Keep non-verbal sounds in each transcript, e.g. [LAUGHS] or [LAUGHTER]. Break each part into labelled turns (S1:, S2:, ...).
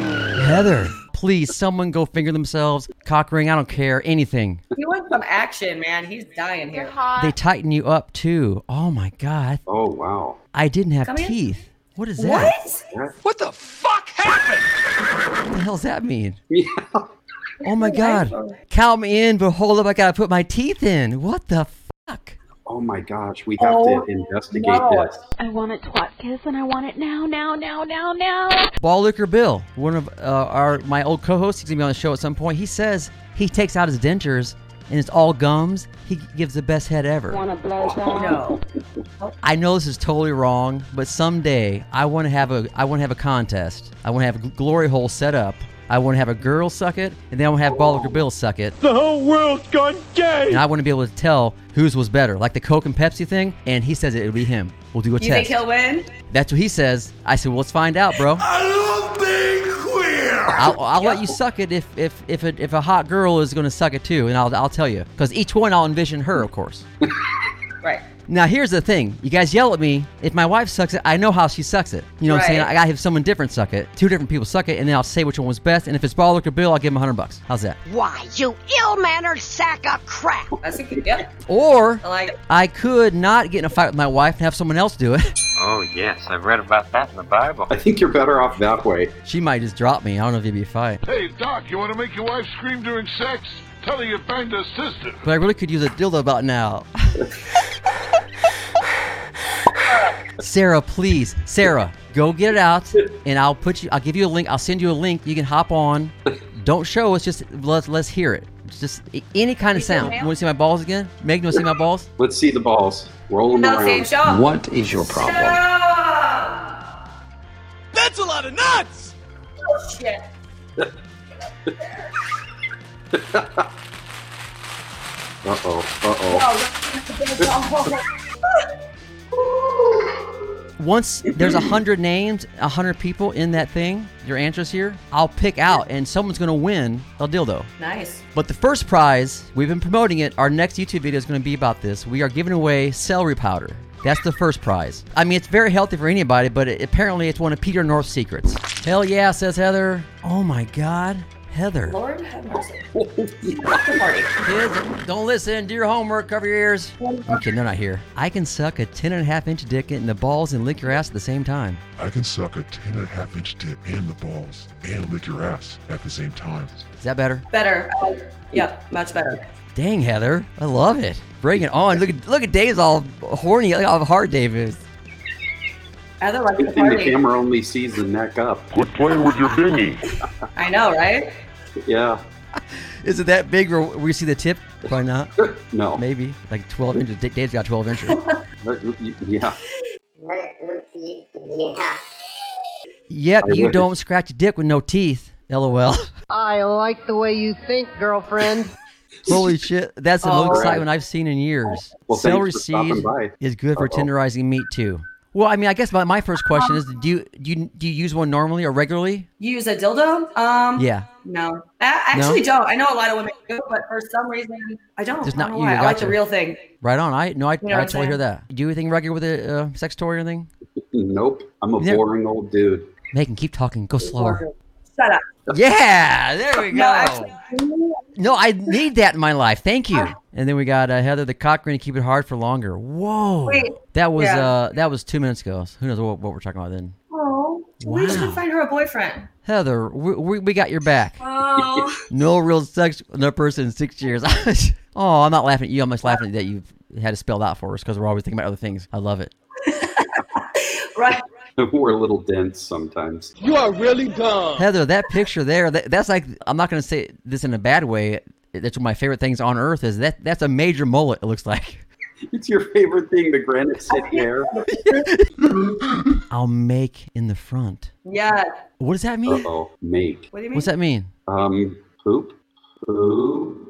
S1: Heather. Please, someone go finger themselves, cock ring. I don't care anything.
S2: He wants some action, man. He's dying here.
S1: They tighten you up too. Oh my god,
S3: Oh wow. [LAUGHS]
S1: I didn't have
S2: Come here.
S1: teeth. What is that?
S2: What?
S4: What the fuck happened?
S1: What the hell's that mean?
S3: Yeah.
S1: Oh my god, count me in, but hold up, I gotta put my teeth in. What the fuck?
S3: Oh my gosh, we have
S2: Oh,
S3: to investigate
S2: no.
S3: this.
S5: I want it twat kiss and I want it now, now, now, now, now.
S1: Ball Licker Bill, one of uh, our my old co-hosts, he's gonna be on the show at some point. He says he takes out his dentures and it's all gums. He gives the best head ever.
S5: Want to blow
S2: No.
S1: I know this is totally wrong, but someday I want to have a I want to have a contest. I want to have a gl- glory hole set up. I want to have a girl suck it, and then I want to have Ball Licker Bill suck it.
S4: The whole world's gone gay.
S1: And I want to be able to tell whose was better, like the Coke and Pepsi thing. And he says it would be him. We'll do a
S2: You
S1: test.
S2: think he'll win?
S1: That's what he says. I said, well, let's find out, bro.
S4: I love being queer.
S1: I'll, I'll let you suck it if if if a, if a hot girl is going to suck it too, and I'll I'll tell you because each one I'll envision her, of course.
S2: Right.
S1: Now here's the thing: you guys yell at me. If my wife sucks it, I know how she sucks it. You know what I'm saying?
S2: Right.
S1: I gotta have someone different suck it. Two different people suck it, and then I'll say which one was best. And if it's Ball or Bill, I'll give him hundred bucks. How's that?
S6: Why, you ill mannered sack of crap!
S2: That's a good. Yep.
S1: Or
S2: I like it.
S1: I could not get in a fight with my wife and have someone else do it. [LAUGHS]
S7: Oh, yes, I've read about that in the Bible.
S3: I think you're better off that way.
S1: she might just drop me. I don't know if it'd be a fight.
S8: Hey, Doc, you want to make your wife scream during sex? Tell her you banged her sister.
S1: But I really could use a dildo about now. Sarah, please, Sarah, go get it out, and I'll put you. I'll give you a link. I'll send you a link. You can hop on. Don't show us. Just let's let's hear it. It's Just a- any kind of
S2: You doing
S1: sound. You
S2: now?
S1: want to see my balls again? Megan, you want to see my balls?
S3: Let's see the balls. Roll them
S2: No, Sam,
S3: around.
S2: shut up.
S9: What is your problem?
S2: Oh,
S4: That's a lot of nuts.
S2: Oh, shit.
S3: Uh oh. Uh oh.
S1: Once there's a hundred names, a hundred people in that thing, your answers here. I'll pick out, and someone's gonna win a dildo.
S2: [LAUGHS] Nice.
S1: But the first prize, we've been promoting it. Our next YouTube video is going to be about this. We are giving away celery powder. That's the first prize. I mean, it's very healthy for anybody, but it, apparently it's one of Peter North's secrets. Hell yeah, says Heather. Oh my God, Heather.
S2: Lord have mercy. After party.
S1: Kids, don't listen. Do your homework. Cover your ears. Okay, no, not here. I can suck a 10 and a half inch dick in the balls and lick your ass at the same time.
S8: I can suck a 10 and a half inch dick and the balls and lick your ass at the same time.
S1: Is that better?
S2: Better. Uh, yeah, much better.
S1: Dang, Heather. I love it. Bring it on. Look at look at Dave's all horny. Look how hard Dave is.
S2: I don't like the
S3: Good thing the
S2: party.
S3: camera only sees the neck up.
S8: Quit playing with your dinghy.
S2: I know, right?
S3: Yeah. [LAUGHS]
S1: Is it that big where we see the tip? Probably not.
S3: No.
S1: Maybe like 12 inches. Da- Dave's got 12 inches.
S3: But y- y- Yeah.
S1: yep,
S3: I
S1: you
S3: would.
S1: don't scratch a dick with no teeth. LOL. [LAUGHS]
S6: I like the way you think, girlfriend.
S1: Holy shit, that's the
S2: All
S1: most
S2: right.
S1: excitement I've seen in years.
S3: Well, thanks
S1: Celery
S3: for stopping
S1: seed
S3: by. [LAUGHS]
S1: is good for
S3: Uh-oh.
S1: tenderizing meat too. Well, I mean, I guess my, my first question is: Do you do you, do you use one normally or regularly?
S2: You use a dildo? Um,
S1: Yeah,
S2: No, I I
S1: No?
S2: actually don't. I know a lot of women do, but for some reason, I don't.
S1: Just
S2: I
S1: not
S2: don't know
S1: you,
S2: why. I like
S1: gotcha.
S2: the real thing.
S1: right on. I no, I,
S2: know what
S1: I
S2: I'm
S1: totally hear
S2: saying?
S1: that. Do you do anything regular with a uh, sex toy or anything?
S3: Nope. I'm a
S1: Yeah.
S3: boring old dude. [LAUGHS]
S1: Megan, keep talking. Go
S2: [LAUGHS]
S1: slower.
S2: Shut up.
S1: Yeah, there we go.
S2: No, actually,
S1: No, I need that in my life. Thank you. And then we got uh, Heather the Cochrane to keep it hard for longer. Whoa,
S2: Wait,
S1: that was
S2: yeah.
S1: uh, that was two minutes ago. Who knows what, what we're talking about then?
S2: oh, we just
S1: Wow.
S2: should find her a boyfriend.
S1: Heather, we, we, we got your back.
S10: Oh,
S1: No real sex with another person in six years. [LAUGHS] oh, I'm not laughing at you. I'm just laughing that you had it spelled out for us because we're always thinking about other things. I love it.
S2: [LAUGHS] Right.
S3: We're a little dense sometimes.
S4: You are really dumb.
S1: Heather, that picture there, that, that's like, I'm not going to say this in a bad way. That's one of my favorite things on earth is that that's a major mullet, it looks like. [LAUGHS]
S3: It's your favorite thing,
S2: [LAUGHS]
S3: the granite city hair.
S1: I'll make in the front.
S2: Yeah.
S1: What does that
S3: Uh
S1: mean?
S3: oh. Make.
S2: What do you mean?
S1: What's that mean?
S3: Um. Poop. Poop.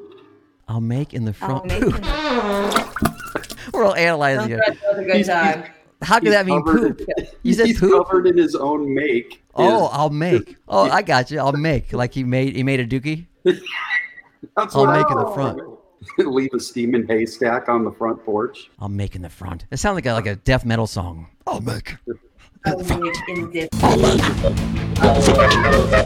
S1: I'll make in the front. [LAUGHS]
S2: make
S1: poop. we're all analyzing it.
S2: That was a good
S1: He's-
S2: time.
S1: How could
S3: He's
S1: that mean
S3: covered-
S1: poop? [LAUGHS] You said
S3: He's
S1: poop?
S3: covered in his own make. His-
S1: Oh, I'll make. Oh, I got you. I'll make. Like he made he made a dookie.
S3: That's
S1: I'll
S3: what I
S1: make in the
S3: thought.
S1: front.
S3: [LAUGHS] Leave a steaming haystack on the front porch. [LAUGHS]
S1: I'll make in the front. It [LAUGHS] sounds like a like a death metal song. I'll make.
S2: Oh, in this-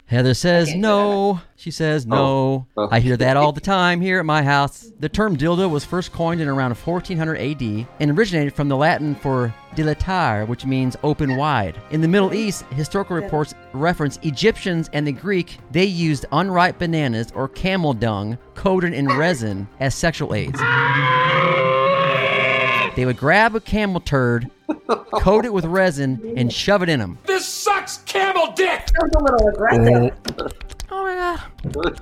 S1: Heather says
S2: Okay.
S1: no. She says no.
S3: Oh.
S1: I hear that all the time here at my house. The term dildo was first coined in around 1400 AD and originated from the Latin for dilatar, which means open wide. In the Middle East, historical reports reference Egyptians and the Greek. They used unripe bananas or camel dung coated in resin as sexual aids. They would grab a camel turd, coat it with resin, and shove it in them.
S2: Sounds a little aggressive.
S1: Oh my god.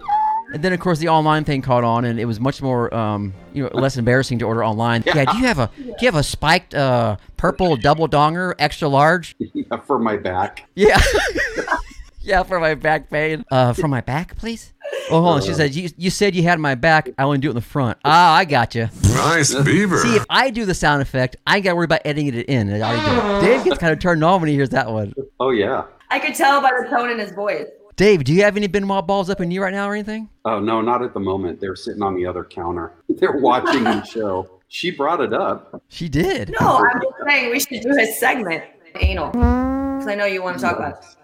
S1: And then, of course, the online thing caught on, and it was much more, um, you know, less embarrassing to order online. Yeah. do you have a do you have a spiked uh, purple double donger, extra large?
S3: Yeah, for my back.
S1: Yeah. [LAUGHS] yeah, for my back pain. Uh, for my back, please. Oh, hold on. She said, you, you said you had my back. I only do it in the front. Ah, I got you.
S9: Nice beaver.
S1: See, if I do the sound effect, I ain't got to worry about editing it in. I already do it. Dave gets kind of turned on when he hears that one.
S3: Oh yeah.
S2: I could tell by the tone in his voice.
S1: Dave, do you have any Benoit balls up in you right now or anything?
S3: Oh no, not at the moment. They're sitting on the other counter. [LAUGHS] They're watching the show. She brought it up.
S1: She did.
S2: No, I'm just saying we should do his segment, anal, because I know you want to talk about. it.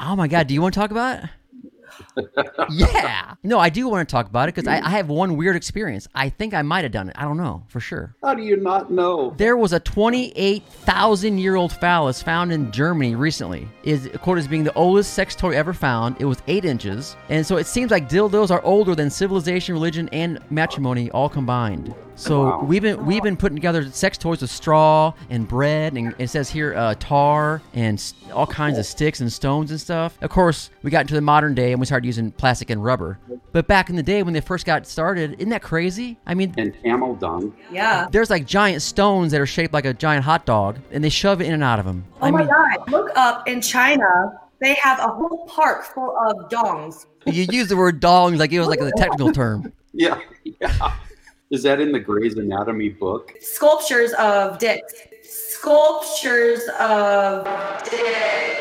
S1: Oh my god, do you want to talk about it? yeah. No, I do want to talk about it because I, I have one weird experience. I think I might have done it. I don't know for sure.
S3: How do you not know?
S1: There was a 28,000 year old phallus found in Germany recently. It Is quoted as being the oldest sex toy ever found. It was eight inches, and so it seems like dildos are older than civilization, religion, and matrimony all combined. So
S3: Wow.
S1: we've been we've been putting together sex toys with straw and bread, and it says here uh, tar and s- all kinds of sticks and stones and stuff. Of course, we got into the modern day and we started using plastic and rubber. But back in the day when they first got started, isn't that crazy? I mean,
S3: And camel dung.
S2: Yeah.
S1: there's like giant stones that are shaped like a giant hot dog, and they shove it in and out of them.
S2: Oh my God! Look up in China. They have a whole park full of dongs.
S1: You use the word dongs like it was like a technical term.
S3: Yeah. [LAUGHS] Yeah. Is that in the Grey's Anatomy book?
S2: Sculptures of dicks. Sculptures of dicks.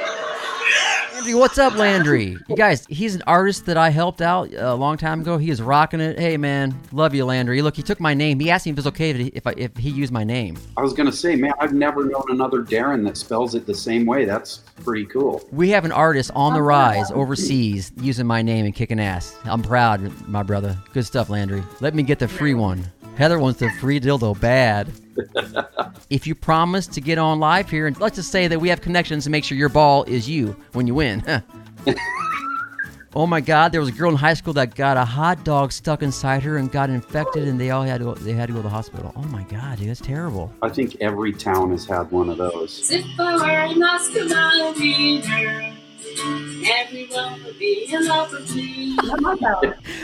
S1: Landry, what's up, Landry? You guys, he's an artist that I helped out uh, a long time ago. He is rocking it. Hey, man, love you, Landry. Look, he took my name. He asked me if it's okay if he- if, I, if he used my name.
S3: I was gonna say, man, I've never known another Darren that spells it the same way. That's pretty cool.
S1: We have an artist on the rise overseas using my name and kicking ass. I'm proud, my brother. Good stuff, Landry. Let me get the free one. Heather wants the free dildo bad. if you promise to get on live here, and let's just say that we have connections to make sure your ball is you when you win. [LAUGHS] oh my God! There was a girl in high school that got a hot dog stuck inside her and got infected, and they all had to go, they had to go to the hospital. Oh my God, dude, that's terrible.
S3: I think every town has had one of those.
S10: If I were an Oscar nominator, everyone would be in love with me.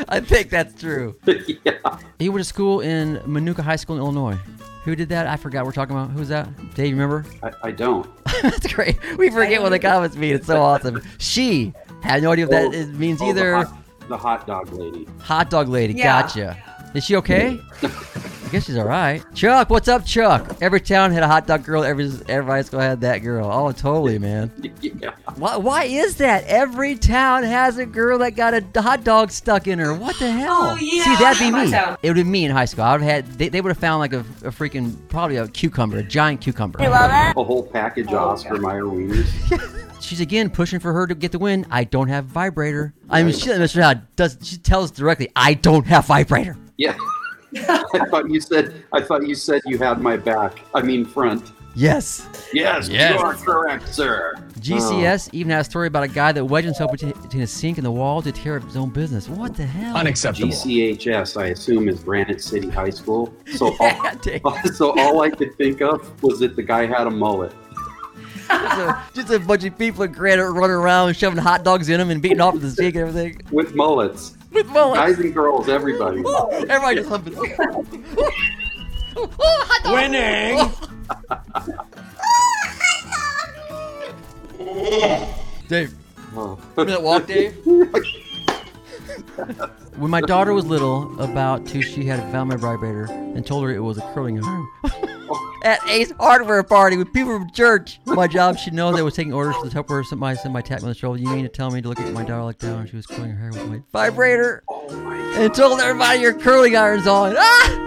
S1: I think that's true.
S3: [LAUGHS] yeah.
S1: He went to school in Manuka High School in Illinois. Who did that? I forgot we're talking about. Who was that? Dave, you remember? [LAUGHS]
S3: I, I don't.
S1: That's great. We forget what the comments mean. It's so awesome. She had no idea what that
S3: Oh,
S1: is, means
S3: oh, the
S1: either. Hot,
S3: hot- the hot dog lady. [LAUGHS]
S1: dog lady.
S2: Yeah.
S1: Gotcha. Is she okay? I guess she's all right. Chuck, what's up, Chuck? Every town had a hot dog girl. Every every high school had that girl. Oh, totally, man.
S3: Yeah.
S1: Why, why is that? Every town has a girl that got a hot dog stuck in her. What the hell?
S2: Oh, yeah.
S1: See, that'd be
S2: My
S1: me.
S2: town.
S1: It would have been me in high school. I would have had. They, they would have found like a, a freaking probably a cucumber, a giant cucumber.
S3: A whole package of Oscar Mayer wieners.
S1: She's again pushing for her to get the win. I don't have vibrator. I mean, she, Mr. Dodd does. She tells directly, I don't have vibrator.
S3: Yeah. I thought you said. I thought you said you had my back. I mean front.
S1: Yes.
S3: Yes,
S1: Yes.
S3: you are correct, sir.
S1: GCS even had a story about a guy that wedged himself between between a sink and the wall to tear up his own business. What the hell? [LAUGHS]
S4: Unacceptable.
S3: GCHS, I assume, is Granite City High School.
S1: [LAUGHS]
S3: So,
S1: Yeah, dude.
S3: all, [LAUGHS] so all I could think of was that the guy had a mullet.
S1: just, a, just a bunch of people in granite running around shoving hot dogs in them and beating off the sink and everything.
S3: with mullets.
S1: With mullets.
S3: Guys and
S1: [LAUGHS]
S3: girls, everybody.
S1: Everybody just humping.
S4: [LAUGHS] Winning.
S1: Dave,
S3: Oh.
S1: remember that walk, Dave? [LAUGHS] when my daughter was little, about two, she had found my vibrator and told her it was a curling [LAUGHS] iron. At Ace Hardware Party with people from church. My job, she knows I was taking orders for the Tupperware. Somebody sent my tap on the shoulder. You mean to tell me to look at my daughter like that when she was curling her hair with my vibrator? And told everybody your curling iron's on. Ah!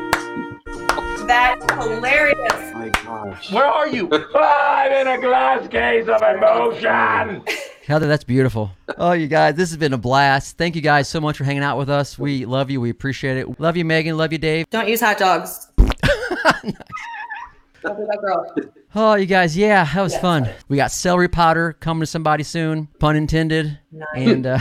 S2: That's hilarious.
S3: My gosh.
S4: Where are you? I'm in a glass case of emotion.
S1: Heather, that's beautiful. Oh, you guys, this has been a blast. Thank you guys so much for hanging out with us. We love you. We appreciate it. Love you, Megan. Love you, Dave.
S2: Don't use hot dogs. Don't be that girl.
S1: Oh, you guys, yeah, that was
S2: Yes.
S1: fun. We got celery powder coming to somebody soon, pun intended.
S2: Nice.
S1: And uh,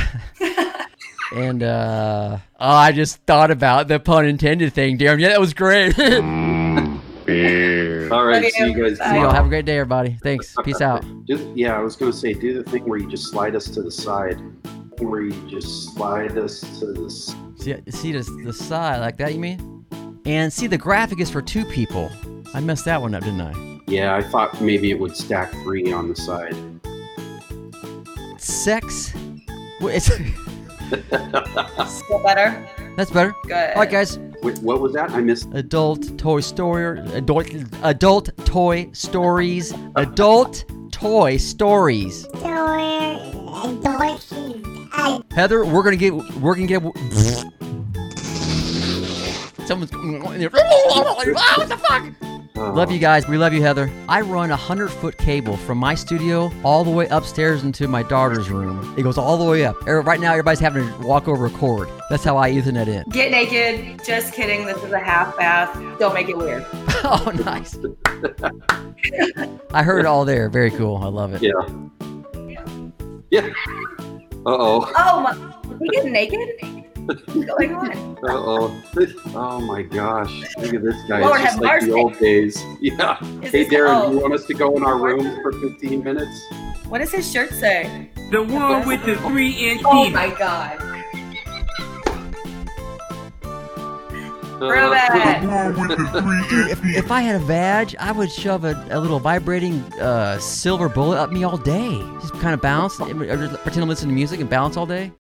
S1: [LAUGHS] and uh, oh, I just thought about the pun intended thing, Darren. Yeah, that was great. [LAUGHS] you
S3: All
S2: Love you.
S3: right, see you guys
S2: Bye.
S1: all
S3: tomorrow.
S1: have a great day, everybody. Thanks. Peace out.
S3: Do- yeah, I was gonna say, do the thing where you just slide us to the side, where you just slide us to the. s-
S1: See, see the, the side like that, you mean? And see, the graphic is for two people. I messed that one up, didn't I?
S3: Yeah, I thought maybe it would stack three on the side.
S1: Sex. Wait, it's- [LAUGHS]
S2: Feel better?
S1: that's better.
S2: Good.
S1: All right, guys.
S3: Wait, what was that? I missed.
S1: adult toy story adult adult toy stories adult toy stories heather we're gonna get we're gonna get someone's Ah, [LAUGHS] what the fuck
S3: Oh.
S1: Love you guys. We love you, Heather. I run a 100 foot cable from my studio all the way upstairs into my daughter's room. It goes all the way up. Er, Right now, everybody's having to walk over a cord. That's how I Ethernet in.
S2: Get naked. Just kidding. This is a half bath. Don't make it weird.
S1: [LAUGHS] oh, nice. I heard it all there. Very cool. I love it.
S3: Yeah. Yeah. Uh oh.
S2: Oh, my. We get naked? What's going on?
S3: Uh oh. Oh my gosh. Look at this guy.
S2: Lord
S3: it's just
S2: have
S3: like the
S2: mercy.
S3: old days. [LAUGHS] Yeah.
S2: Is
S3: Hey,
S2: this-
S3: Darren,
S2: oh.
S3: you want us to go in our room for 15 minutes?
S2: What does his shirt say?
S4: The one with the three inch
S2: Oh my god.
S3: Uh,
S2: Prove it.
S1: Dude, if, if I had a vag, I would shove a, a little vibrating uh, silver bullet up me all day. Just kind of bounce, and- or just pretend I'm listening to music and bounce all day.